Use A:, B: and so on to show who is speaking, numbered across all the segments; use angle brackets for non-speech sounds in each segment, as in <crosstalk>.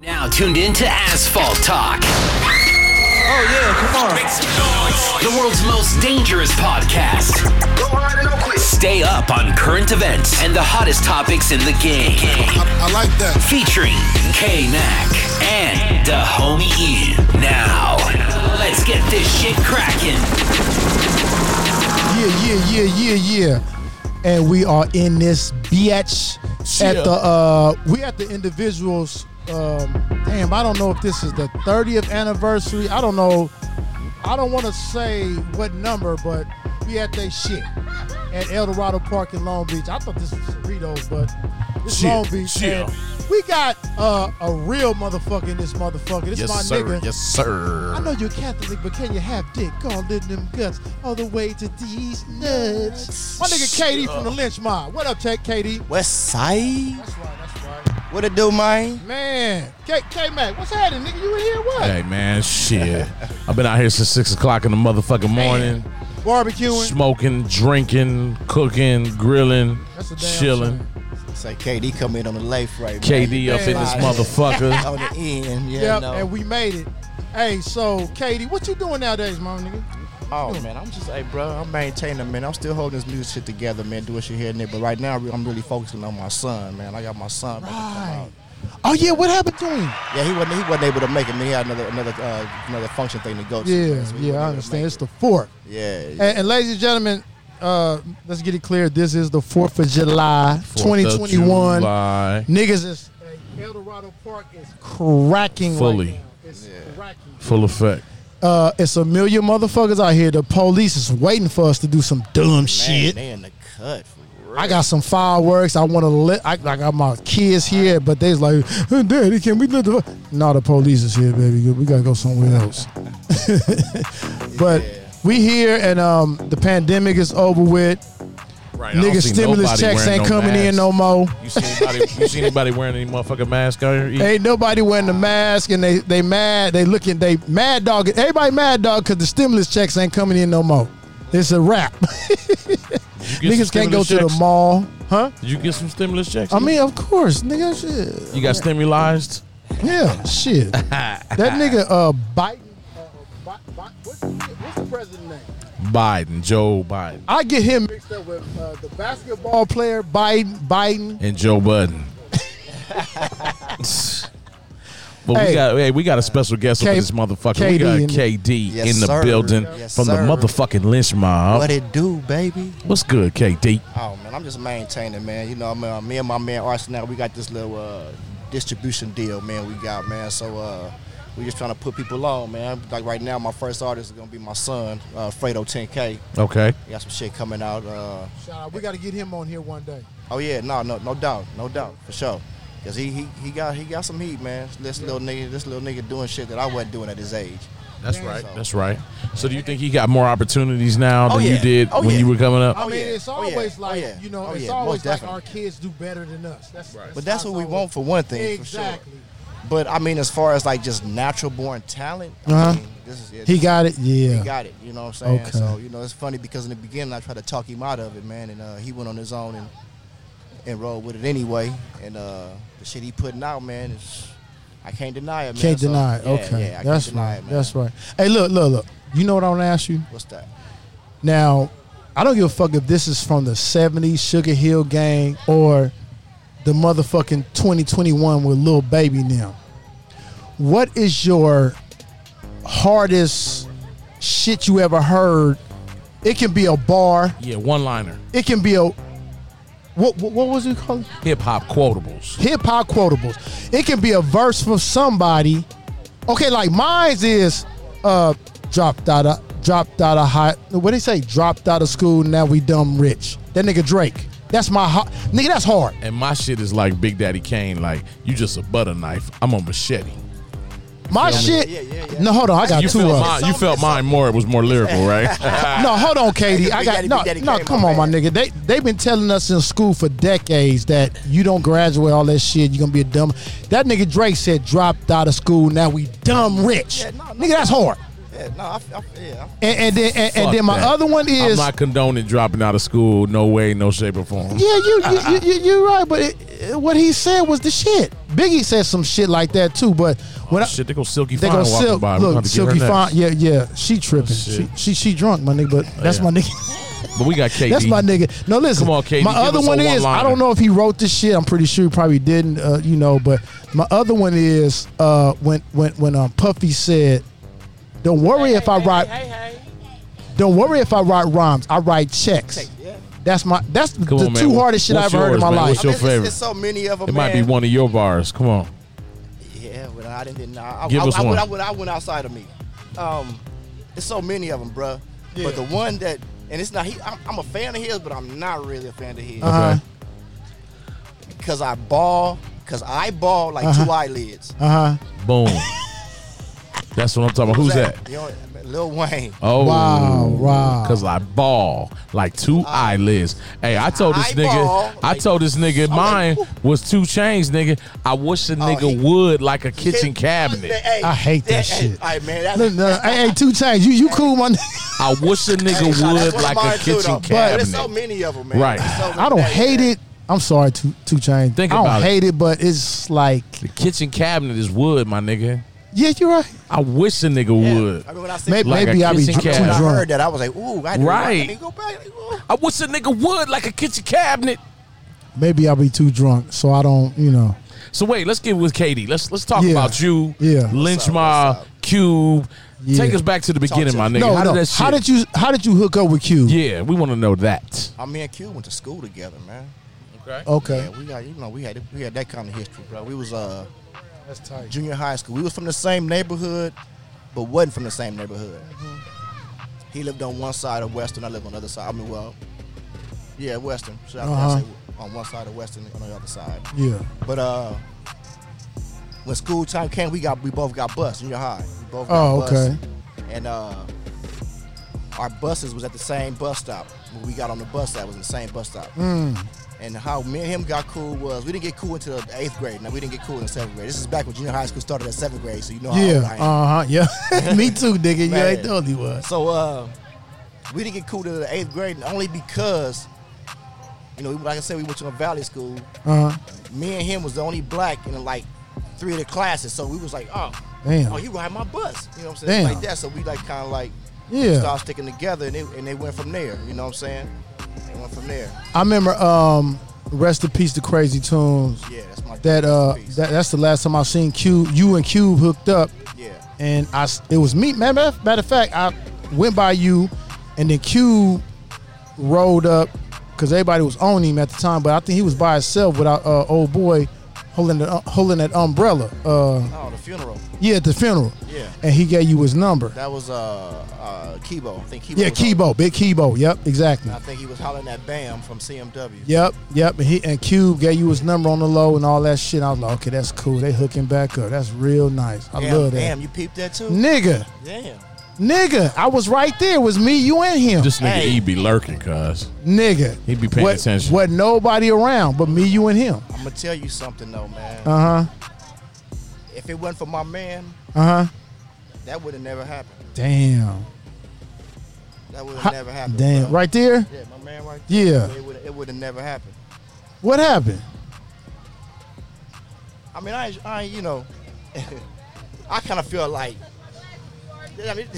A: Now tuned in to Asphalt Talk.
B: Oh yeah, come on.
A: The world's most dangerous podcast. Stay up on current events and the hottest topics in the game.
C: I like that.
A: Featuring K Mac and the homie E. Now, let's get this shit cracking.
D: Yeah, yeah, yeah, yeah, yeah. And we are in this bitch at the uh we at the individuals um damn, I don't know if this is the 30th anniversary. I don't know. I don't want to say what number, but we at they shit at El Dorado Park in Long Beach. I thought this was Cerritos, but it's
E: Shit,
D: Long Beach.
E: shit.
D: and we got uh, a real motherfucker in this motherfucker. This
E: Yes,
D: my
E: sir.
D: nigga.
E: Yes, sir.
D: I know you're Catholic, but can you have dick all in them guts all the way to these nuts? My nigga KD from the Lynch Mob. What up, Tech KD?
B: West Side.
D: That's right, that's right.
B: What it do, man?
D: Man, K K Mac, what's happening, nigga? You in here? What?
E: Hey man, shit. I've been out here since six o'clock in the motherfucking morning,
D: Barbecuing.
E: smoking, drinking, cooking, grilling,
D: That's a damn
E: chilling.
B: Say KD come in on the life right.
E: KD up in this
B: Right. <laughs>
E: motherfucker.
B: on the end. Yeah,
D: Yep,
B: no.
D: and we made it. Hey, so KD, what you doing nowadays, my nigga?
B: oh man, I'm just hey, bro. I'm maintaining, man. I'm still holding this music shit together, man. Doing shit here and there, but right now I'm really focusing on my son, man. I got my son. about to come out.
D: Oh yeah, what happened to him?
B: Yeah, he wasn't. He wasn't able to make it. Man, he had another another uh, another function thing to go to.
D: Yeah,
B: man, so he
D: yeah,
B: wasn't able
D: I
B: to
D: understand.
B: make
D: It's the fourth.
B: it. Yeah, yeah.
D: And, and ladies and gentlemen, uh, let's get it clear. This is the fourth of July, twenty twenty one.
E: July.
D: Niggas is El Dorado Park is cracking right
E: Fully.
D: now. It's cracking.
E: Full effect.
D: Uh, it's a million motherfuckers out here. The police is waiting for us to do some dumb
B: Man,
D: shit.
B: they in the cut. For real.
D: I got some fireworks. I want to let. I, I got my kids here, but they's like, "Hey, Daddy, can we let the? No, the police is here, baby. We gotta go somewhere else. <laughs> but we here, and um, the pandemic is over with.
E: Right. I don't
D: Nigga,
E: see
D: stimulus
E: nobody
D: checks
E: wearing
D: ain't
E: no
D: coming in
E: mask.
D: no more.
E: You see anybody? You see anybody wearing any motherfucking mask out here? E?
D: Ain't nobody wearing the mask, and they they mad. They looking they mad dog. Everybody mad dog because the stimulus checks ain't coming in no more. It's a wrap. <laughs>
E: You get some
D: Niggas can't go
E: stimulus
D: to the
E: checks?
D: mall, huh?
E: Did you get some stimulus checks?
D: I
E: E?
D: mean, of course, nigga. Shit.
E: you got stimulized.
D: Yeah, shit.
B: <laughs>
D: that nigga, uh, Biden. uh, Bi- Bi- What's the- what's the president name?
E: Biden, Joe Biden,
D: I get him mixed up with uh, the basketball player Biden. Biden.
E: and
D: <laughs>
E: Joe Budden. But
D: Hey.
E: we got hey, we got a special guest
D: K-
E: up in this motherfucker.
D: KD
E: we got
D: in the-
E: KD
B: Yes,
E: in the
B: sir.
E: building
B: Yes,
E: from
B: sir.
E: the motherfucking lynch mob.
B: What it do, baby?
E: What's good, KD?
B: Oh man, I'm just maintaining, man. You know, I'm, uh, me and my man Arsenal, we got this little uh, distribution deal, man. We got, man. So uh, we just trying to put people on, man. Like right now, my first artist is gonna be my son, uh, Fredo 10K.
E: Okay,
B: We got some shit coming out. Uh,
D: Shout out. We got to get him on here one day.
B: oh yeah, no, no, no doubt, no doubt, for sure. Cause he he, he got he got some heat, man. This little nigga, this little nigga doing shit that I wasn't doing at his age.
E: that's right. That's right. So do you think he got more opportunities now than
B: Oh, yeah.
E: you did
B: Oh,
E: when
B: yeah.
E: you were coming up?
D: I mean,
B: yeah.
D: it's
B: Oh, yeah.
D: always
B: Oh,
D: like
B: yeah.
D: you know,
B: Oh,
D: it's
B: yeah.
D: always
B: Most
D: like
B: definitely.
D: our kids do better than us. That's, right.
B: But that's what we want for one thing, for sure.
D: Exactly.
B: But I mean, as far as like just natural born talent,
D: Uh-huh.
B: I mean, this is yeah,
D: He got it. Yeah.
B: He got it. You know what I'm saying?
D: Okay.
B: So you know it's funny because in the beginning I tried to talk him out of it, man, and uh, he went on his own and and rolled with it anyway. And uh, the shit he putting out, man, is I can't deny it. Man.
D: Can't
B: So,
D: deny it.
B: yeah,
D: okay.
B: yeah, I
D: That's
B: can't deny
D: right.
B: it, man.
D: That's right. Hey, look, look, look. You know what I want to ask you?
B: What's that?
D: Now, I don't give a fuck if this is from the 70s Sugar Hill Gang or the motherfucking 2021 with Lil Baby now. What is your hardest shit you ever heard? It can be a bar.
E: Yeah, one liner,
D: It can be a what what, what was it called?
E: hip hop quotables.
D: hip hop quotables. It can be a verse from somebody. Okay, like mine's is uh dropped out of dropped out of high what they say? Dropped out of school, now we dumb rich. That nigga Drake. That's my hard. Nigga, that's hard.
E: And my shit is like Big Daddy Kane. Like you just a butter knife. I'm a machete.
D: My shit.
B: Yeah, yeah, yeah.
D: No, hold on. I got
E: You
D: two
E: felt,
D: of
E: mine,
D: them.
E: you felt mine more. It was more lyrical, right?
D: No, hold on, Katie. I
B: Big
D: got
B: Daddy,
D: no,
B: Big Daddy
D: no.
B: Kane,
D: Come
B: my
D: on, my
B: man.
D: nigga. They they've been telling us in school for decades that you don't graduate all that shit. You gonna be a dumb. That nigga Drake said dropped out of school. Now we dumb rich.
B: Yeah, no, no,
D: nigga, that's hard.
B: Yeah, no, I, I, yeah. I-
D: And, and then and, <laughs> and
E: Fuck
D: then my
E: that.
D: other one
E: I'm
D: is
E: not condoning dropping out of school. No way, no shape or
D: Yeah,
E: form. <laughs>
D: you, you, you, you you're right, but it, it- what he said was the shit. Biggie said some shit like that too, but when I,
E: Oh, Shit, they go Silky
D: they
E: Fine
D: go
E: walking
D: silk,
E: by. We're gonna
D: look,
E: have to get her
D: silky
E: next. Oh,
D: fine, yeah, yeah, she tripping, she,
E: shit. Oh,
D: she she drunk, my nigga, but that's
E: yeah.
D: my nigga,
E: But we got KD.
D: that's my nigga. No, listen,
E: Come on, KD,
D: my
E: give
D: other
E: us a
D: one is I
E: one-liner.
D: don't know if he wrote this shit. I'm pretty sure he probably didn't, uh, you know, but my other one is uh, when when when um, Puffy said, "Don't worry if I write, don't worry if I write rhymes, I write checks." That's my that's
E: Come
D: the
E: on, man.
D: two hardest shit
E: What's
D: I've ever heard in
E: yours,
D: my
E: man?
D: life.
E: What's your
B: it's- it's,
E: favorite?
B: it's so many of them.
E: It might be one of your bars. Come on.
B: Yeah, well, I didn't. Nah, I,
E: Give
B: I,
E: us
B: I,
E: one.
B: I, went, I went outside of me. Um, it's so many of them, bruh. But the one that, and it's not. He, I'm, I'm a fan of his, but I'm not really a fan of his
D: Uh-huh.
B: because I ball, because I ball like
E: Uh-huh.
B: two eyelids.
D: Uh huh.
E: Boom. That's what I'm talking about. Who's that?
B: You know, Lil Wayne.
E: Oh
D: Wow, wow.
E: Cause I ball like two eyelids. Hey, I told this
B: I
E: nigga,
B: ball
E: I
B: Ah. like- oh.
E: told this nigga
B: I'm
E: mine
B: like,
E: was two chains, nigga. I wish the nigga
B: Oh, he-
E: would like a kitchen
B: Hey,
E: cabinet.
B: hey,
D: I hate that
B: hey,
D: shit.
B: All right, man. That's,
D: Look, no, hey, hey, two chains. You you cool, my nigga.
E: I wish the nigga
B: that's
E: would
B: one of
E: like
B: mine
E: a
B: too,
E: kitchen
B: though. But
E: cabinet.
B: there's so many of them, man.
E: Right.
B: There's so
D: I don't
B: many.
D: hate it. I'm sorry, two two chains.
E: Think
D: I don't
E: about it.
D: hate it. but it's like
E: the kitchen cabinet is wood, my nigga.
D: yeah, you're right.
E: I wish the nigga would.
B: I mean, when I see
D: Maybe,
E: Like a
D: maybe I be
E: kitchen
D: dr- too
E: cat.
B: when I
D: drunk.
B: heard that, I was like, ooh, I didn't-
E: Right.
B: I didn't go back. Like, ooh.
E: I wish the nigga would like a kitchen cabinet.
D: Maybe I be too drunk, so I don't. You know.
E: So wait, let's get with Katie. Let's let's talk
D: Yeah.
E: about you.
D: Yeah.
E: Lynch Ma, Cube.
D: Yeah.
E: Take us back to the beginning, my nigga.
D: no,
E: how
D: Oh, no.
E: did that shit?
D: how did you How did you hook up with Q?
E: Yeah, we want to know that.
B: I me and Q went to school together, man.
D: Okay.
B: Yeah, we got you know we had we had that kind of history, bro. We was uh
D: That's tight.
B: junior high school. We was from the same neighborhood, but wasn't from the same neighborhood. He lived on one side of Western. I lived on the other side. I mean, well, yeah, Western. Should I, I
D: Uh-huh.
B: say on one side of Western, on the other side.
D: Yeah.
B: But uh, when school time came, we got we both got bus junior high. We both got
D: Oh,
B: bus.
D: okay.
B: And uh, our buses was at the same bus stop. When we got on the bus, that was in the same bus stop.
D: Mm.
B: And how me and him got cool was we didn't get cool until the eighth grade. Now we didn't get cool in seventh grade. This is back when junior high school started at seventh grade, so you know how
D: Yeah.
B: old I am.
D: Uh huh. Yeah. <laughs> Me too, nigga. You
B: Man.
D: ain't the only one.
B: So uh, we didn't get cool to the eighth grade only because, you know, like I said, we went to a valley school.
D: Uh huh.
B: Me and him was the only black in like three of the classes. So we was like, oh,
D: Damn.
B: oh, you ride my bus. You know what I'm saying?
D: Damn.
B: Like that. So we like kind of like
D: Yeah.
B: started sticking together, and they, and they went from there. You know what I'm saying? They went from there.
D: I remember. Um. Rest in peace, the Crazy Tunes.
B: Yeah, that's my
D: That uh,
B: piece.
D: that, that's the last time I seen Cube. You and Cube hooked up.
B: yeah.
D: and I s- it was me. Matter, matter of fact, I went by you, and then Q rolled up because everybody was on him at the time, but I think he was by himself without uh, old boy holding the, uh, holding that umbrella. Uh,
B: Oh, the funeral.
D: yeah, at the funeral.
B: Yeah.
D: and he gave you his number.
B: That was uh, uh Kibo. I think Kibo.
D: Yeah,
B: was on it.
D: Kibo, big Kibo. Yep, exactly.
B: I think he was hollering at Bam from CMW.
D: Yep, yep. And he and Cube gave you his number on the low and all that shit. I was like, okay, that's cool. They hooking back up. That's real nice. I
B: Damn,
D: love that.
B: Damn, you peeped that too?
D: Nigga,
B: Damn.
D: nigga, I was right there. It was me, you, and him.
E: This nigga
B: Hey.
E: E be lurking, cuz.
D: nigga.
E: He be paying
D: what,
E: attention.
D: What nobody around but me, you, and him.
B: I'm gonna tell you something though, man.
D: Uh huh.
B: if it wasn't for my man,
D: Uh huh.
B: that would have never happened.
D: Damn.
B: That would
D: Ha-
B: have never happened.
D: Damn.
B: bro.
D: Right there.
B: Yeah, my man right
D: Yeah.
B: It would it would have never happened.
D: What happened?
B: I mean, I, I you know, <laughs> I kind of feel like, I mean, <laughs>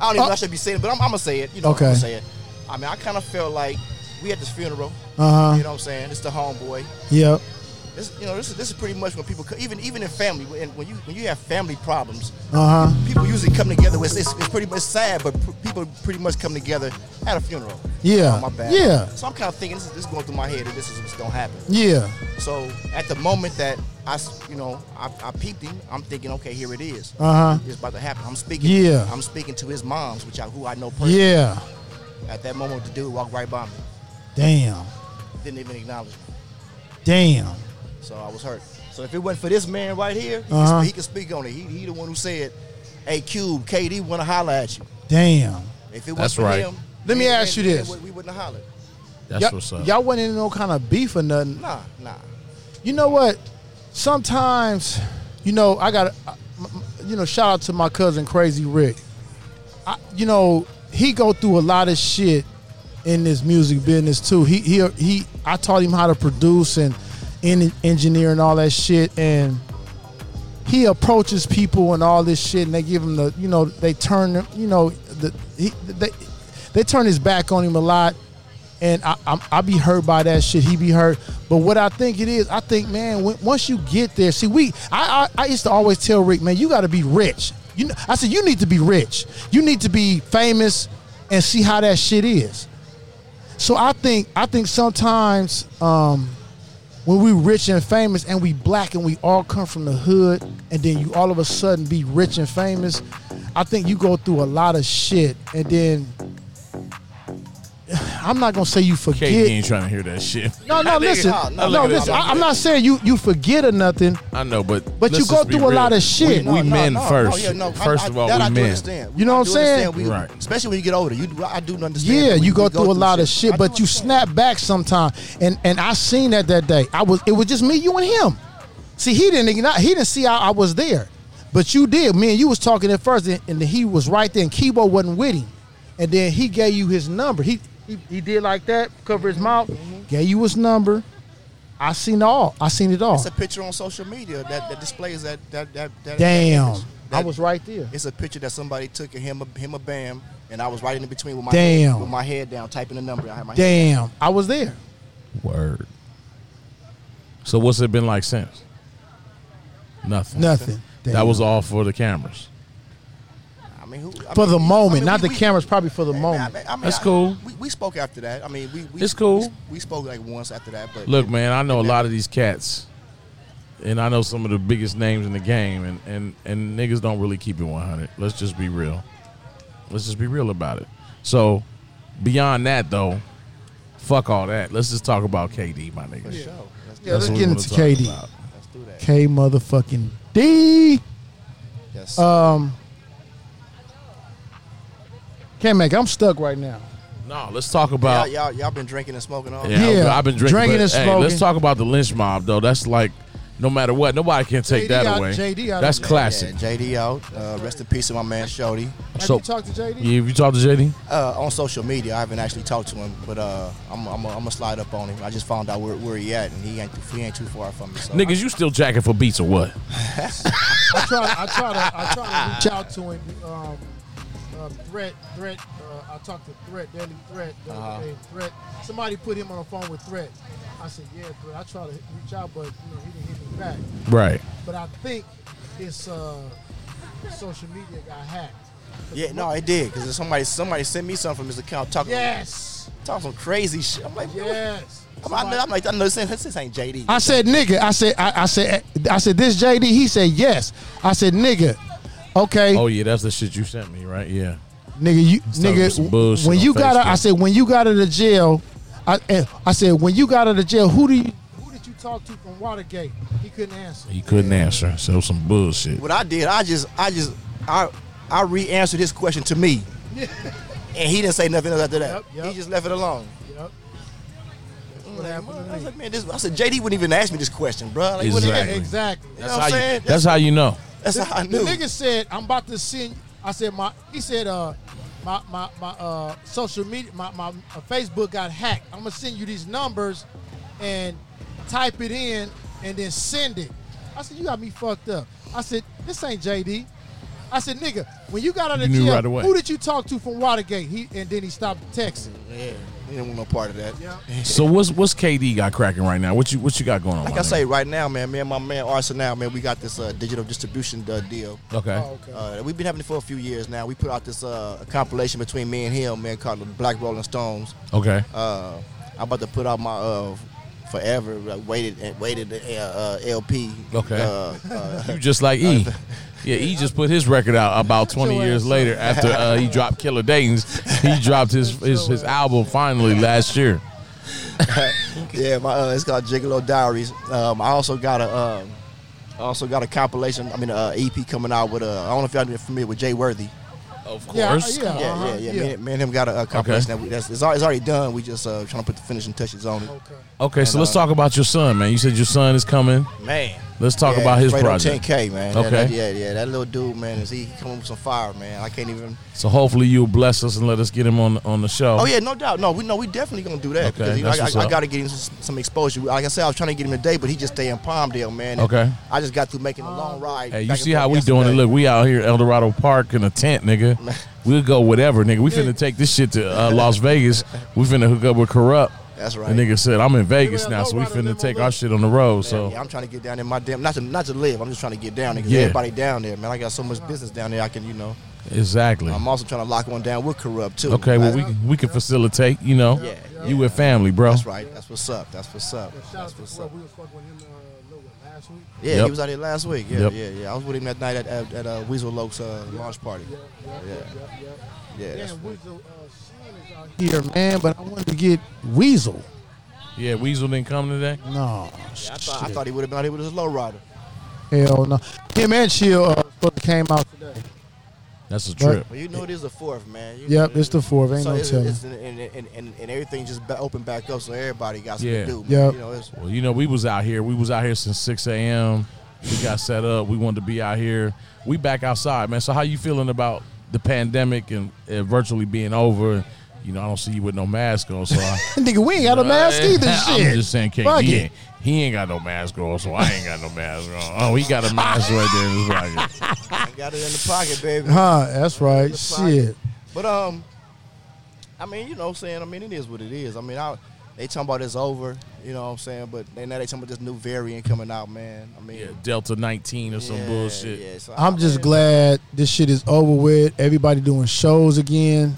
B: I don't even know if I should be saying it, but I'm, I'm gonna say it. You know,
D: Uh, Okay.
B: I'm gonna say it. I mean, I kind of feel like we at this funeral.
D: Uh-huh.
B: You know what I'm saying? It's the homeboy.
D: Yep.
B: This, you know, this is this is pretty much when people co- even even in family when when you when you have family problems,
D: Uh huh.
B: people usually come together. It's, it's, it's pretty much sad, but pr- people pretty much come together at a funeral.
D: Yeah.
B: Oh, my bad.
D: Yeah.
B: So I'm kind of thinking this is, this is going through my head that this is what's gonna happen.
D: Yeah.
B: So at the moment that I, s- you know, I, I peeped him, I'm thinking, okay, here it is.
D: Uh-huh.
B: It's about to happen. I'm speaking.
D: Yeah.
B: I'm speaking to his moms, which I, who I know personally.
D: Yeah.
B: At that moment, the dude walked right by me.
D: Damn.
B: didn't even acknowledge me.
D: Damn.
B: So I was hurt. So if it wasn't for this man right here, he, could
D: Uh-huh.
B: sp- he could speak on it. He, he the one who said, "Hey, Cube, KD want to holler at you."
D: Damn.
B: If it
E: That's
B: wasn't for
E: right.
B: him,
D: Let me
B: we-
D: ask you
B: we-
D: this.
B: we wouldn't have hollered.
E: That's
D: y'all,
E: what's up.
D: Y'all wasn't in no kind of beef or nothing.
B: Nah, nah.
D: You know what? Sometimes, you know, I got, you know, shout out to my cousin Crazy Rick. I, you know, he go through a lot of shit in this music business too. He he he. I taught him how to produce and en- engineer and all that shit, and he approaches people and all this shit, and they give him the, you know, they turn, you know, the he, they they turn his back on him a lot and I, I I be hurt by that shit. He be hurt, but what I think it is, I think man, when, once you get there, see, we I, I I used to always tell Rick, man, you got to be rich. You know, I said you need to be rich. You need to be famous, and see how that shit is. So I think I think sometimes um, when we rich and famous and we black and we all come from the hood and then you all of a sudden be rich and famous, I think you go through a lot of shit and then <sighs> I'm not gonna say you
E: KD
D: forget.
E: ain't trying to hear that shit.
D: <laughs> No,
B: <laughs>
E: <laughs>
D: no, listen,
B: nah, nah,
D: no,
B: look at
D: listen.
B: it.
D: I, I'm not saying you you forget or nothing.
E: I know, but
D: But you
E: let's
D: go
E: just be
D: through a
E: real.
D: lot of shit.
E: We, we
B: No, no,
E: men
D: Oh,
B: no, no,
E: first.
B: yeah, no, I-
E: first
B: I-
E: of all,
B: that
E: we
B: I do
E: men.
B: understand.
D: You know
B: I
D: what
B: do
D: I'm saying?
B: understand. We-
E: Right.
B: Especially when you get older, you do, I do understand.
D: Yeah,
B: that we-
D: you go
B: we
D: through a lot of shit,
B: I
D: but
B: do
D: you
B: understand.
D: snap back sometime. And and I seen that that day. I was it was just me, you, and him. See, he didn't igni- he didn't see I, I was there, but you did. Me and you was talking at first, and, and he was right there, and Kibo wasn't with him. And then he gave you his number. He he, he did like that, cover his mouth, gave you his number. I seen all. I seen it all.
B: It's a picture on social media that, that displays that that that. that
D: Damn, I
B: that-
D: was right there.
B: It's a picture that somebody took of him, him a bam, and I was right in between with my
D: Damn.
B: head, with my head down, typing the number. I had my head.
D: Damn, I was there.
E: Word. So what's it been like since? Nothing.
D: Nothing.
E: That was all for the cameras.
B: I mean, who, I
D: for
B: mean,
D: the
B: we- I
D: moment,
B: mean,
D: not
B: we-
D: the
B: we-
D: cameras. Probably for the
B: I mean, I
D: moment.
B: mean, I mean,
E: That's
B: I-
E: cool.
B: We, we spoke after that. I mean, we, we
E: It's cool.
B: We, we spoke like once after that, but
E: Look, man, I know a lot of these cats, and I know some of the biggest names in the game, and and and niggas don't really keep it 100. Let's just be real. Let's just be real about it. So, beyond that though, fuck all that. Let's just talk about KD, my nigga.
B: Yo, let's do
D: Yeah, let's
E: what we
D: get
E: wanna
D: into
E: talk
D: KD.
E: about.
B: let's do that.
D: K motherfucking D.
B: Yes.
D: Can't make. I'm stuck right now.
E: No, let's talk
B: y'all,
E: about.
B: y'all, y'all been drinking and smoking all.
E: Oh. Yeah,
D: Yeah,
E: I've been drinking.
D: drinking
E: but,
D: and
E: hey,
D: smoking.
E: let's talk about the lynch mob though. That's like, no matter what, nobody can take
D: JD
E: that
D: out-
E: away.
D: JD out of
E: That's
D: there.
E: classic.
B: Yeah, JD out. Uh, rest in peace to my man Shody.
D: Have
E: So-
D: you talked to JD?
E: Yeah, if you talk to JD,
B: Uh, on social media, I haven't actually talked to him, but uh, I'm I'm gonna slide up on him. I just found out where, where he at, and he ain't too, he ain't too far from me. So
E: niggas, you still jacking for beats or what?
D: I try. I try to. I try to reach out to him. Um, uh, threat. Threat. Uh, I talked to Threat. Daily Threat. The
E: Uh-huh.
D: other day. Threat. Somebody put him on the phone with Threat. I said, yeah, Threat. I tried to reach out, but you know, he didn't hit me back.
E: Right.
D: But I think his uh, social media got hacked.
B: yeah, no, it did because somebody somebody sent me something from his account talking
D: Yes.
B: talking some crazy shit. I'm like, yeah.
D: Yes.
B: I'm, I'm, I'm like, I know this ain't, this ain't JD.
D: I said nigga. I said I, I said I said this JD. He said yes. I said nigga. Okay,
E: Oh yeah, that's the shit you sent me, right? Yeah.
D: nigga, you
E: Start with some bullshit
D: nigga. When
E: on
D: you got out, I
E: Facebook.
D: said when you got out of jail, I eh, I said when you got out of jail, who do you who did you talk to from Watergate? He couldn't answer.
E: He couldn't answer, so some bullshit.
B: What I did, I just, I just, I, I re-answered his question
D: <laughs>
B: to me, and he didn't say nothing else after that.
D: Yep, yep.
B: He just left it alone.
D: Yep. That's
B: I'm
D: what
B: like,
D: happened
B: man,
D: to
B: I
D: me.
B: was like, man, this, I said JD wouldn't even ask me this question, bro. Like, what the
D: Yeah,
E: Exactly.
D: exactly.
B: heck? You know what I'm
E: how you,
B: saying?
E: that's how you know.
B: That's how I
D: the
B: knew.
D: nigga said, "I'm about to send." I said, "My," he said, "Uh, my my my uh social media, my my uh, Facebook got hacked. I'm gonna send you these numbers, and type it in, and then send it." I said, "You got me fucked up." I said, "This ain't JD." I said, "Nigga, when you got out of
E: You knew
D: jail,
E: right away.
D: who did you talk to from Watergate?" He and then he stopped texting.
B: Yeah, he didn't want no part of that.
D: Yeah.
E: So what's what's KD got cracking right now? What you what you got going on?
B: Like
E: my
B: I
E: nigga?
B: say, right now, man, me and my man Arsenal, man, we got this uh, digital distribution uh, deal.
E: Okay.
D: Oh, okay.
B: Uh, we've been having it for a few years now. We put out this uh, compilation between me and him, man, called the Black Rolling Stones.
E: Okay.
B: uh, I'm about to put out my uh, forever like, waited and waited uh, uh, LP.
E: Okay.
B: Uh, uh,
E: you just like E. Yeah, E just put his record out
D: <laughs>
E: about 20 years later after
B: <laughs>
E: uh, he dropped Killer Dayton's. He dropped his, his his album finally last year.
B: yeah, my uh, it's called Gigolo Diaries. Um, I also got a um, I also got a compilation. I mean, uh, EP coming out with. Uh, I don't know if y'all are familiar with Jay Worthy.
E: Of
D: Yeah,
E: course.
D: yeah.
B: Yeah,
D: Uh-huh,
B: yeah,
D: yeah.
B: yeah. Me, and- me and him got a, a compilation that we, that's it's, al- it's already done. We just uh, trying to put the finishing touches on it.
E: Okay, so
B: uh,
E: let's talk about your son, man. You said your son is coming.
B: Man,
E: Let's talk about his
B: Fredo
E: project.
B: 10K, man. That-
E: Okay.
B: that- yeah, yeah. That little dude, man, is he coming with some fire, man? I can't even.
E: So hopefully you'll bless us and let us get him on on the show.
B: Oh yeah, no doubt. No, we know we definitely gonna do that
E: Okay,
B: because you know,
E: that's what's
B: I, I,
E: up.
B: I got to get him some, some exposure. Like I said, I was trying to get him today, but he just stay in Palmdale, man. and
E: Okay.
B: I just got through making a long ride.
E: Hey, you
B: back and
E: see how
B: forth
E: we doing it?
B: yesterday.
E: Look, we out here El Dorado Park in a tent, nigga.
B: <laughs>
E: We'll go whatever, nigga. We finna take this shit to uh, Las Vegas. We finna hook up with corrupt.
B: That's right.
E: The nigga said, "I'm in Vegas
D: El
E: now, so we
D: Dorado
E: finna
D: demo
E: take
D: live.
E: our shit on the road." So
B: Yeah, I'm trying to get down in my damn not to not to live. I'm just trying to get down there 'cause
E: Yeah.
B: everybody down there, man. I got so much business down there. I can, you know.
E: exactly.
B: I'm also trying to lock one down with corrupt too.
E: Okay, well
B: That's-
E: we we can facilitate. You know,
B: Yeah,
E: you with family, bro.
B: That's right. That's what's up. That's what's up. That's what's up.
D: was fucking with him uh, last week.
B: Yeah,
E: Yep.
B: he was out here last week. Yeah,
E: Yep.
B: yeah, yeah. I was with him that night at at, at uh, Weasel Lokes uh, launch party. Yeah, yeah. That's
D: Damn, Weasel, uh, Sean is out here, man, but I wanted to get Weasel.
E: Yeah, Weasel didn't come today.
D: No,
B: I thought, I thought he would have been out here with his low rider.
D: hell no. Him and Chill uh, supposed to came out today.
E: That's a
D: But-
E: trip.
B: But you know it is the fourth, man. You
D: Yep,
B: know,
D: it's the fourth. Ain't
B: so
D: no
B: it's,
D: telling.
B: it's- and, and, and, and everything just ba- opened back up, so everybody got something to
E: Yeah.
B: do. Man.
D: Yep.
B: You know, it's,
E: Well, you know, we was out here. We was out here since six a.m. We got set up. We wanted to be out here. We back outside, man. So how you feeling about the pandemic and it virtually being over? You know, I don't see you with no mask on, so
B: <laughs>
E: I,
D: Nigga, we ain't got a mask either. Shit.
E: <laughs> I'm just saying, KD,
D: Fuck
E: he
D: it.
E: ain't, he ain't got no mask on, so I ain't got no mask on. Oh, he got a mask right there in his
B: <laughs>
E: pocket.
B: I got it in the pocket, baby.
D: Huh? That's right.
B: the pocket.
D: Shit.
B: But um, I mean, you know, what I'm saying, I mean, it is what it is. I mean, I they talking about it's over. You know what I'm saying? But they, now they talking about this new variant coming out, man. I mean,
E: Yeah, Delta 19 or some
B: yeah,
E: bullshit.
B: Yeah, so I-
D: I'm just
B: man,
D: glad this shit is over with. Everybody doing shows
B: <laughs>
D: again,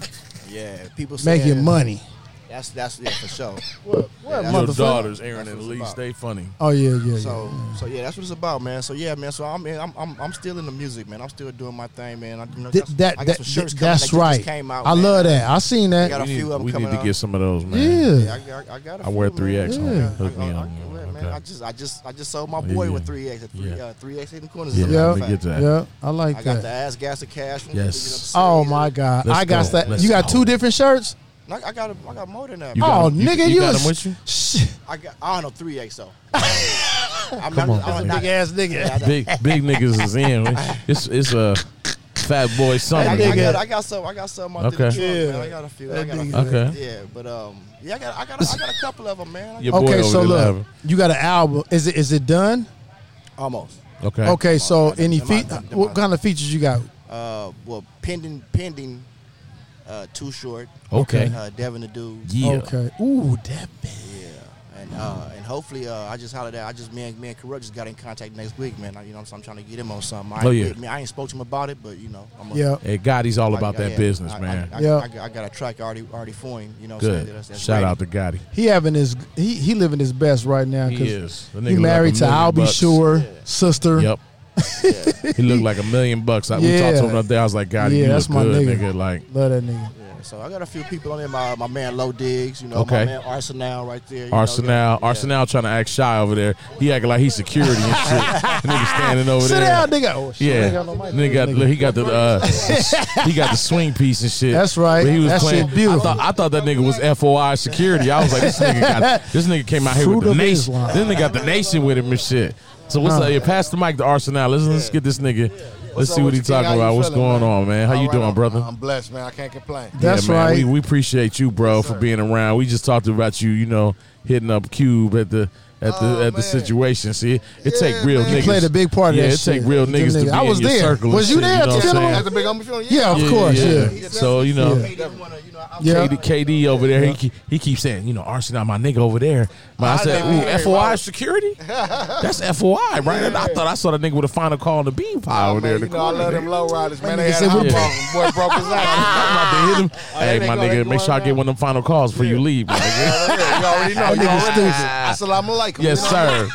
B: Yeah, people saying,
D: making money.
B: That's that's yeah for sure.
D: What?
B: Yeah, that's
E: Your
B: what-
E: daughters, Aaron
B: that's
E: and
B: what it's
E: Elise,
B: about.
E: they funny.
D: Oh yeah, yeah, yeah.
B: So so yeah, that's what it's about, man. So yeah, man. So I'm in, I'm, I'm I'm still in the music, man. I'm still doing my thing, man. I, you know,
D: Th-
B: got some-
D: that,
B: I got
D: that,
B: some shirts
D: th-
B: coming
D: that's
B: that
D: right.
B: Just came out.
D: I
B: man.
D: love that. I seen that.
B: We got a
E: We need,
B: few of them
E: we need
B: coming
E: to
B: out.
E: get some of those, man.
D: yeah.
B: Yeah, I, got- I, got. A
E: I wear
B: few, man.
E: 3X. homie. Hook me
B: I, I,
E: up.
B: I, man,
E: Okay.
B: I just, I just, I just sold my
E: Yeah,
B: boy
E: yeah.
B: with three X at three,
E: Yeah.
B: uh, three X in the corners.
E: Yeah,
B: As a matter
E: let
B: of
E: me
B: fact.
E: get to that.
D: Yeah, I like
B: I got
D: that.
B: the ass gas to cash. from-
E: Yes.
B: you know,
D: Oh
B: series.
D: my god,
E: Let's
D: I got
E: go.
D: that.
E: Let's
D: you got
E: go.
D: two different shirts.
B: No, I got, a, I got more than that.
E: You
B: I-
E: got
D: oh
E: 'em- you-
D: nigga,
E: you
D: you,
E: got
D: a
E: 'em with you?
D: <laughs> Shit.
B: I got, I don't know three X
E: <laughs>
B: though. I'm,
E: Come on,
B: I'm,
E: man.
B: not-
D: Big ass nigga.
B: Yeah, I got-
E: <laughs> Big big niggas is in.
D: <laughs>
E: It's it's a fat boy
B: I,
E: something.
B: got- I
D: nigga.
B: got, I got some, I got some. Out okay.
E: Okay.
B: The trunk, man.
D: Yeah.
B: I got a few. I
D: That
B: got a
D: <laughs> nigga.
B: few.
E: Okay.
B: Yeah, but um, yeah, I got, I got, a, I got a couple of them, man. I
E: Your
B: got-
E: boy
D: Okay,
E: over
D: so
E: there
D: look,
E: laughing.
D: you got an album. Is it is it done?
B: Almost.
E: Okay.
D: Okay,
C: Oh,
D: so any
B: Come on,
D: feat?
B: come on.
D: What kind of features you got?
B: Uh, well, pending, pending. Uh, too short.
E: Okay.
B: Uh, Devin the dude.
E: Yeah.
D: Okay. Ooh, that band.
B: Yeah, and uh, and hopefully, uh, I just hollered at. I just me and me and Corrupt just got in contact next week, man. I, you know, what I'm, saying? I'm trying to get him on something. I, ain't-
E: Oh, yeah.
B: I, mean, I ain't spoke to him about it, but you know, I'm a-
D: Yeah.
E: Hey, God, he's all
B: I-
E: about
B: I-
E: that
B: yeah,
E: business,
B: I-
E: man.
B: I, I,
D: Yeah.
B: I, got- I got a track already already for him. You know, what I'm saying?
E: Good.
B: That's, that's
E: Shout
B: ready.
E: out
D: <laughs>
E: to Gotti.
D: He having his he he living his best right now.
E: He
D: 'cause
E: is. The nigga
D: He
E: look
D: married
E: like a
D: to
E: million
D: I'll be
E: bucks.
D: sure sister.
E: Yep. he looked like a million bucks. I, We
D: Yeah.
E: talked to him up there. I was like, God,
D: Yeah,
E: you
D: that's
E: look
D: my
E: good,
D: nigga.
E: nigga. Like,
D: Love that nigga.
B: Yeah, so I got a few people on there. My my man Low Diggs, you know,
E: Okay.
B: my man Arsenal right there. you know,
E: Arsenal,
B: yeah.
E: Arsenal trying to act shy over there. He acting like he's security and shit.
B: <laughs>
E: nigga standing over
D: Sit
E: there.
D: down, nigga. Oh, shit, I
E: Yeah,
D: ain't got no mic.
E: nigga, got, look, he got the uh, he got the swing piece and shit.
D: That's right.
E: But he was
D: That shit
E: playing. I
D: beautiful.
E: thought, I thought that nigga was FOI security. I was like, this nigga got
D: <laughs>
E: this nigga came out here with
D: Fruit
E: the
D: of
E: nation.
D: Islam.
E: Then they got the nation with him and shit. So what's up? Yeah, pass the mic to Arsenal. Let's let's get this nigga. Let's
C: What's
E: see
C: up
E: what
C: with
E: he
C: you, King?
E: talking
C: How you
E: about. What's
C: feeling,
E: going
C: man?
E: on, man? How
C: All
E: you
C: right,
E: doing,
C: I'm-
E: brother?
C: I'm blessed, man. I can't complain.
D: That's
E: yeah, man,
D: right.
E: We, we appreciate you, bro, for being around. We just talked about you, you know, hitting up Cube at the at the
C: Oh,
E: at the
C: man.
E: situation. See, it take real niggas.
D: You played a big part of
E: yeah,
D: that
E: it take
D: shit.
E: real
D: Them
E: niggas to be
D: niggas. I was
E: in your
D: there.
E: circle. and
D: Was you
E: shit,
D: there
E: you
D: at
E: know
D: the
E: what I'm
D: funeral?
E: saying?
C: At the big homie funeral,
D: Yeah, of course. Yeah.
E: yeah. So you know.
D: Yeah.
E: KD,
D: Yeah.
E: KD over there, he, ke- he keeps saying, you know, Arsenal, my nigga over there. But I
C: I
E: said,
C: know.
E: ooh, FOI
D: <laughs>
E: security? That's FOI, right? And I thought I saw the nigga with a final call on the bean pie over
C: Man,
E: there. in
C: you
E: the
C: know, I
E: corner,
C: love
E: nigga.
C: them low riders, man.
D: Nigga
C: They had
D: said
C: an
D: we-
C: iPhone. Boy broke his ass.
D: <laughs>
E: <laughs> I'm about to hit him.
D: Oh,
C: they
E: hey, my
C: go, they
E: nigga, make
C: going
E: sure I get
C: down.
E: one of them final calls before you leave.
D: <laughs>
E: my nigga.
C: Yeah, you already know. You
D: nigga
C: already
D: stupid.
C: know. Assalamu alaikum.
E: Yes,
C: you know?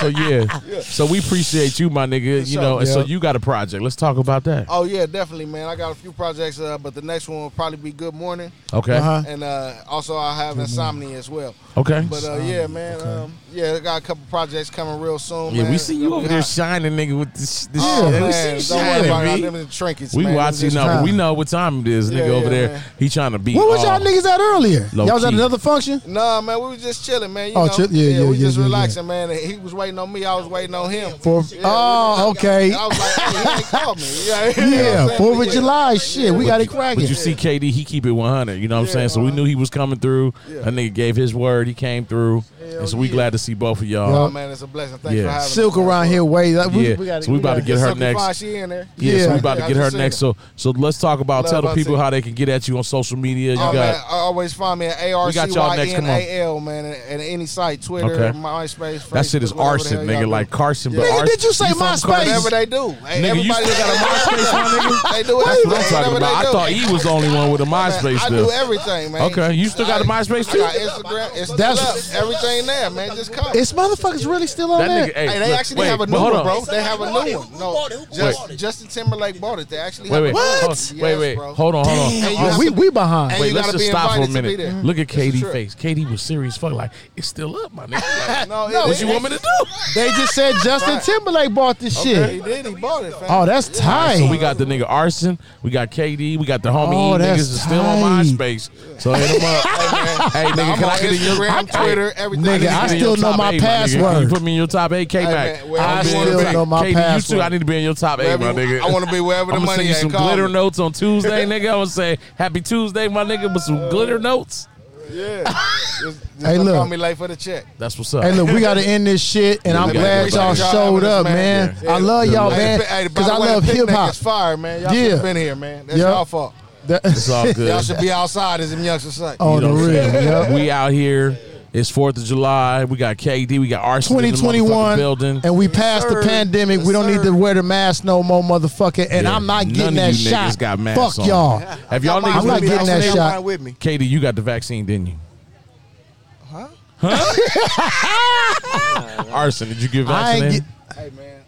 E: sir. So yeah. So we appreciate you, my nigga. You
C: sure.
E: know, and so
D: Yeah. Uh,
E: you got a project. Let's talk about that.
C: Oh yeah, definitely, man. I got a few projects, uh, but the next one will probably be Good Morning,
E: Okay.
D: Uh-huh.
C: and uh, also I have Insomnia as well.
E: Okay.
D: But uh, yeah, man, um, yeah, I got a couple projects coming real soon.
E: yeah,
D: man.
E: we see you over there shining, nigga, with this, this shit.
D: man,
E: we see you
D: don't worry about it. I
E: shining,
D: live in the trinkets,
E: We
D: man.
E: watch you
D: It's
E: now,
D: just-
E: but we know what time it is,
D: Yeah,
E: nigga, over
D: yeah,
E: there.
D: man.
E: He trying to be.
F: Where was y'all
E: all-
F: niggas at earlier?
E: Low
F: y'all was at
E: key.
F: another function?
D: Nah, man, we was just chilling, man. You
F: Oh,
D: know?
F: chill- yeah, yeah,
D: we
F: yeah,
D: just
F: yeah, yeah.
D: relaxing, man. He was waiting on me. I was waiting on him.
F: For-
D: Yeah,
F: oh,
D: we-
F: okay.
D: I was like, hey,
E: <laughs>
D: he ain't called me. Yeah, you know what I'm
F: Yeah,
D: saying?
F: Fourth
D: Yeah.
F: of July shit. we got it cracking.
E: But you see KD, he keep it 100. You know what I'm saying? So we knew he was coming through. That nigga gave his word. He came through. and so we glad to see both of
D: Oh,
E: y'all.
D: man, it's a blessing. Thanks
E: Yeah.
D: for having
F: Silk
D: me.
F: around here, way. Like, we,
E: Yeah,
F: we gotta,
E: so we about to
F: gotta-
E: get her
D: Silky
E: next.
D: Fine, she in there.
E: Yeah, so
F: Yeah.
E: we about to
D: I
E: get
D: just
E: her
D: seen
E: next. So so let's talk about
D: Love
E: tell the
D: us,
E: people
D: yeah.
E: how they can get at you on social media. You
D: Oh, man,
E: got
D: I always find me at
E: We got y'all next, come on.
D: A-R-C-Y-N-A-L, man, at, at any site, Twitter,
E: Okay.
D: MySpace, Facebook,
E: that shit is
D: whatever the
E: arson,
D: hell y'all
E: nigga.
D: do.
E: Like Carson, but
F: Nigga,
E: arson.
F: did you say
E: from
F: my
E: Carson?
F: space?
D: Whatever they do. Hey,
E: Nigga, you
D: everybody-
E: still
D: <laughs>
E: got a MySpace, my nigga?
D: They do
E: That's what I'm
D: everything.
E: talking
D: Whatever
E: about.
D: they
E: I
D: do.
E: thought he was the only one with a MySpace
D: I
E: still.
D: do everything, man.
E: Okay, you still got a MySpace
D: I got
E: too?
D: Instagram. It's
F: That's-
D: That's everything there, man. Just come.
F: Is motherfuckers really still on
E: That
F: that?
E: nigga, hey,
D: hey, they
E: look,
D: actually
E: wait,
D: have a
E: but
D: new
E: hold
D: one,
E: on.
D: bro. They have a new one. No, just,
E: bought
D: Justin Timberlake bought it. They actually
E: Wait,
D: have
E: wait,
D: a new one.
E: hold- wait,
D: Yes,
E: wait.
D: bro.
E: Hold on, hold on.
D: And you
F: Oh,
D: have
F: we
D: to-
F: we behind.
D: Hey,
E: Wait,
D: you
E: let's
D: gotta
E: just
D: be
E: stop for a
D: invited to be there.
E: minute. Look at
D: It's a
E: Katie
D: trip.
E: face. Katie was serious. Fuck, like it's still up, my nigga. Like,
D: No, it-
E: what you
D: it-
E: want me to do?
F: They just said Justin Timberlake bought this
D: He
F: shit.
D: did. He bought it. Fam.
F: Oh, that's tight.
E: So we got the nigga Arson, we got KD, we got the homie
F: Oh,
E: E niggas
F: that's
E: is still on
F: tight.
E: MySpace. So hit him up. hey nigga,
D: I'm
E: can
D: on
E: I get in your
D: Instagram,
E: hey,
D: Twitter, everything.
F: Nigga,
E: Nigga,
F: I
E: get in
F: still
E: your
F: know
E: top
F: my
E: eight, nigga. Can
F: password.
E: You put me in your top eight, K Mac.
D: man, where I
E: wanna
D: still
E: be.
F: know my
E: KD, You
F: password.
E: too. I need to be in your top eight,
D: Wherever-
E: my nigga.
D: I wanna be wherever the
E: I'ma
D: money
E: send you
D: at.
E: some
D: Call
E: glitter
D: me.
E: notes
D: <laughs>
E: on Tuesday, nigga. I'm gonna say Happy Tuesday, my nigga, with some glitter notes.
D: Yeah. Just, just
F: Hey,
D: don't
F: look.
D: call me late for the check.
E: That's what's up.
F: Hey, look, we got to end this shit, and I'm
E: we gotta
F: glad
E: go.
F: y'all
E: Y'all
F: showed
D: having us,
F: up,
D: man.
F: man.
D: Yeah.
F: I love y'all, man,
D: Hey, by
F: because
D: the
F: I
D: way, the
F: love hip
D: picnic
F: hop.
D: is fire, man. Y'all
F: Yeah.
D: should have been here, man. That's
F: Yep.
D: y'all fault.
E: it's all good.
D: Y'all should be outside, as them youngsters say.
F: Oh,
E: You
F: the
E: know what I'm
F: real,
E: saying?
F: yeah.
E: We out here. It's Fourth of July. We got KD. We got Arson in the motherfucking
F: 2021,
E: building.
F: and we passed the
D: sir.
F: pandemic. we
D: Yes,
F: don't need
D: sir.
F: to wear the mask no more, motherfucker. And
E: Yeah.
F: I'm not
E: None
F: getting
E: of
F: that
E: you
F: shot.
E: Niggas got masks
F: Fuck
E: on.
F: y'all.
E: Have y'all niggas
F: I'm not
E: really-
F: getting that
B: Y'all
F: shot.
B: mine with me.
E: KD, you got the vaccine, didn't you? Huh? Huh? <laughs> Arson, did you get
F: I ain't
E: vaccinated?
D: Hey, man.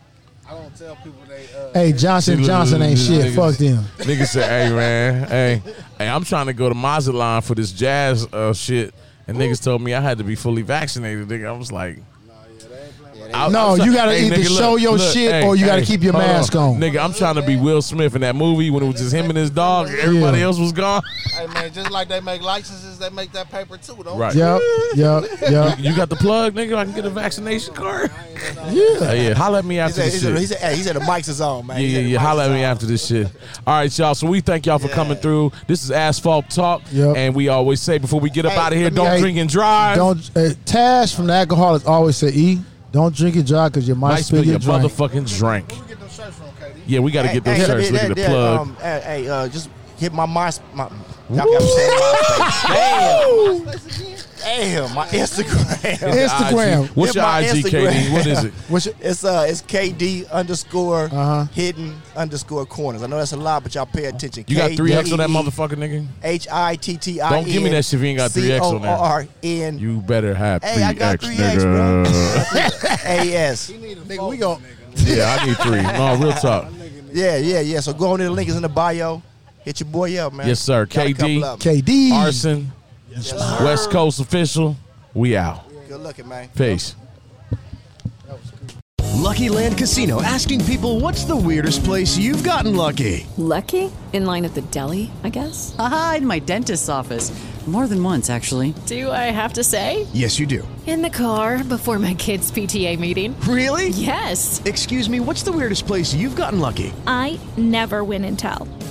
D: I don't tell people they. Uh,
F: Hey, Johnson Johnson ain't
E: These
F: shit.
E: niggas-
F: Fuck them.
E: Niggas said, "Hey man, hey, hey, I'm trying to go to Mazatlan for this jazz uh, shit." And niggas told me I had to be fully vaccinated. Nigga, I was like, I-
F: No,
E: I'm try-
F: you gotta either show your shit or you gotta keep your
E: hold
F: mask on.
E: Nigga, I'm trying to be Will Smith in that movie when it was just him and his dog. and Everybody
F: Yeah.
E: else was gone.
D: Hey, man, just like they make licenses, they make that paper too, don't
E: Right.
F: Yep, yep, yep.
E: You got the plug, nigga. I can get a vaccination card. Yeah, yeah. Holla at me
B: He
E: after
B: said, he
E: this shit.
B: said, he said, hey, he said the mics is on, man. He
E: Yeah, yeah,
B: said the
E: yeah.
B: mics
E: Holla
B: is
E: at me
B: on.
E: after this shit. All right, y'all. So we thank y'all for coming through. This is Asphalt Talk,
F: Yep.
E: and we always say before we get up
B: Hey,
E: out of here,
B: let me-
E: don't
F: hey,
E: drink and drive.
F: Don't uh, Tash from the alcoholics always say, "E, don't drink and drive because you might
E: Might
F: spill your drink."
E: motherfucking drink.
D: we get them shirts from, KD?
E: Yeah, we got to get those
B: Hey,
E: shirts.
B: hey,
E: Look
B: hey,
E: at the
B: hey,
E: plug.
B: um, Hey, hey, uh, just hit my my. my y'all got me saying MySpace.
F: <laughs>
B: Damn. Damn, my Instagram.
F: Instagram.
E: IG.
B: Hit
E: What's your
B: my
E: IG, KD?
B: Instagram.
E: What is it?
F: What's your-
B: It's uh, it's KD underscore
F: Uh-huh.
B: hidden underscore corners. I know that's a lot, but y'all pay attention.
E: You got three X on that motherfucker, nigga.
B: H I T T I.
E: Don't give me that shit if you ain't got 3X on there.
B: there.
E: You better have
B: Hey,
E: three
B: I got
E: X,
B: three X, bro.
E: nigga.
B: A S.
F: Nigga, we go.
E: yeah, I need three. No, real talk.
B: Yeah, yeah, yeah. So go on to the link is in the bio. Hit your boy up, man.
E: Yes, sir.
B: Got a
E: KD.
B: couple of 'em.
F: KD.
E: Arson, West Coast official. We out.
B: Good looking, man.
E: Peace.
G: Lucky Land Casino asking people what's the weirdest place you've gotten lucky?
H: Lucky? In line at the deli, I guess?
I: Aha, in my dentist's office. More than once, actually.
J: Do I have to say?
G: Yes, you do.
K: In the car before my kids' PTA meeting.
G: Really?
K: Yes.
G: Excuse me, what's the weirdest place you've gotten lucky?
K: I never win and tell.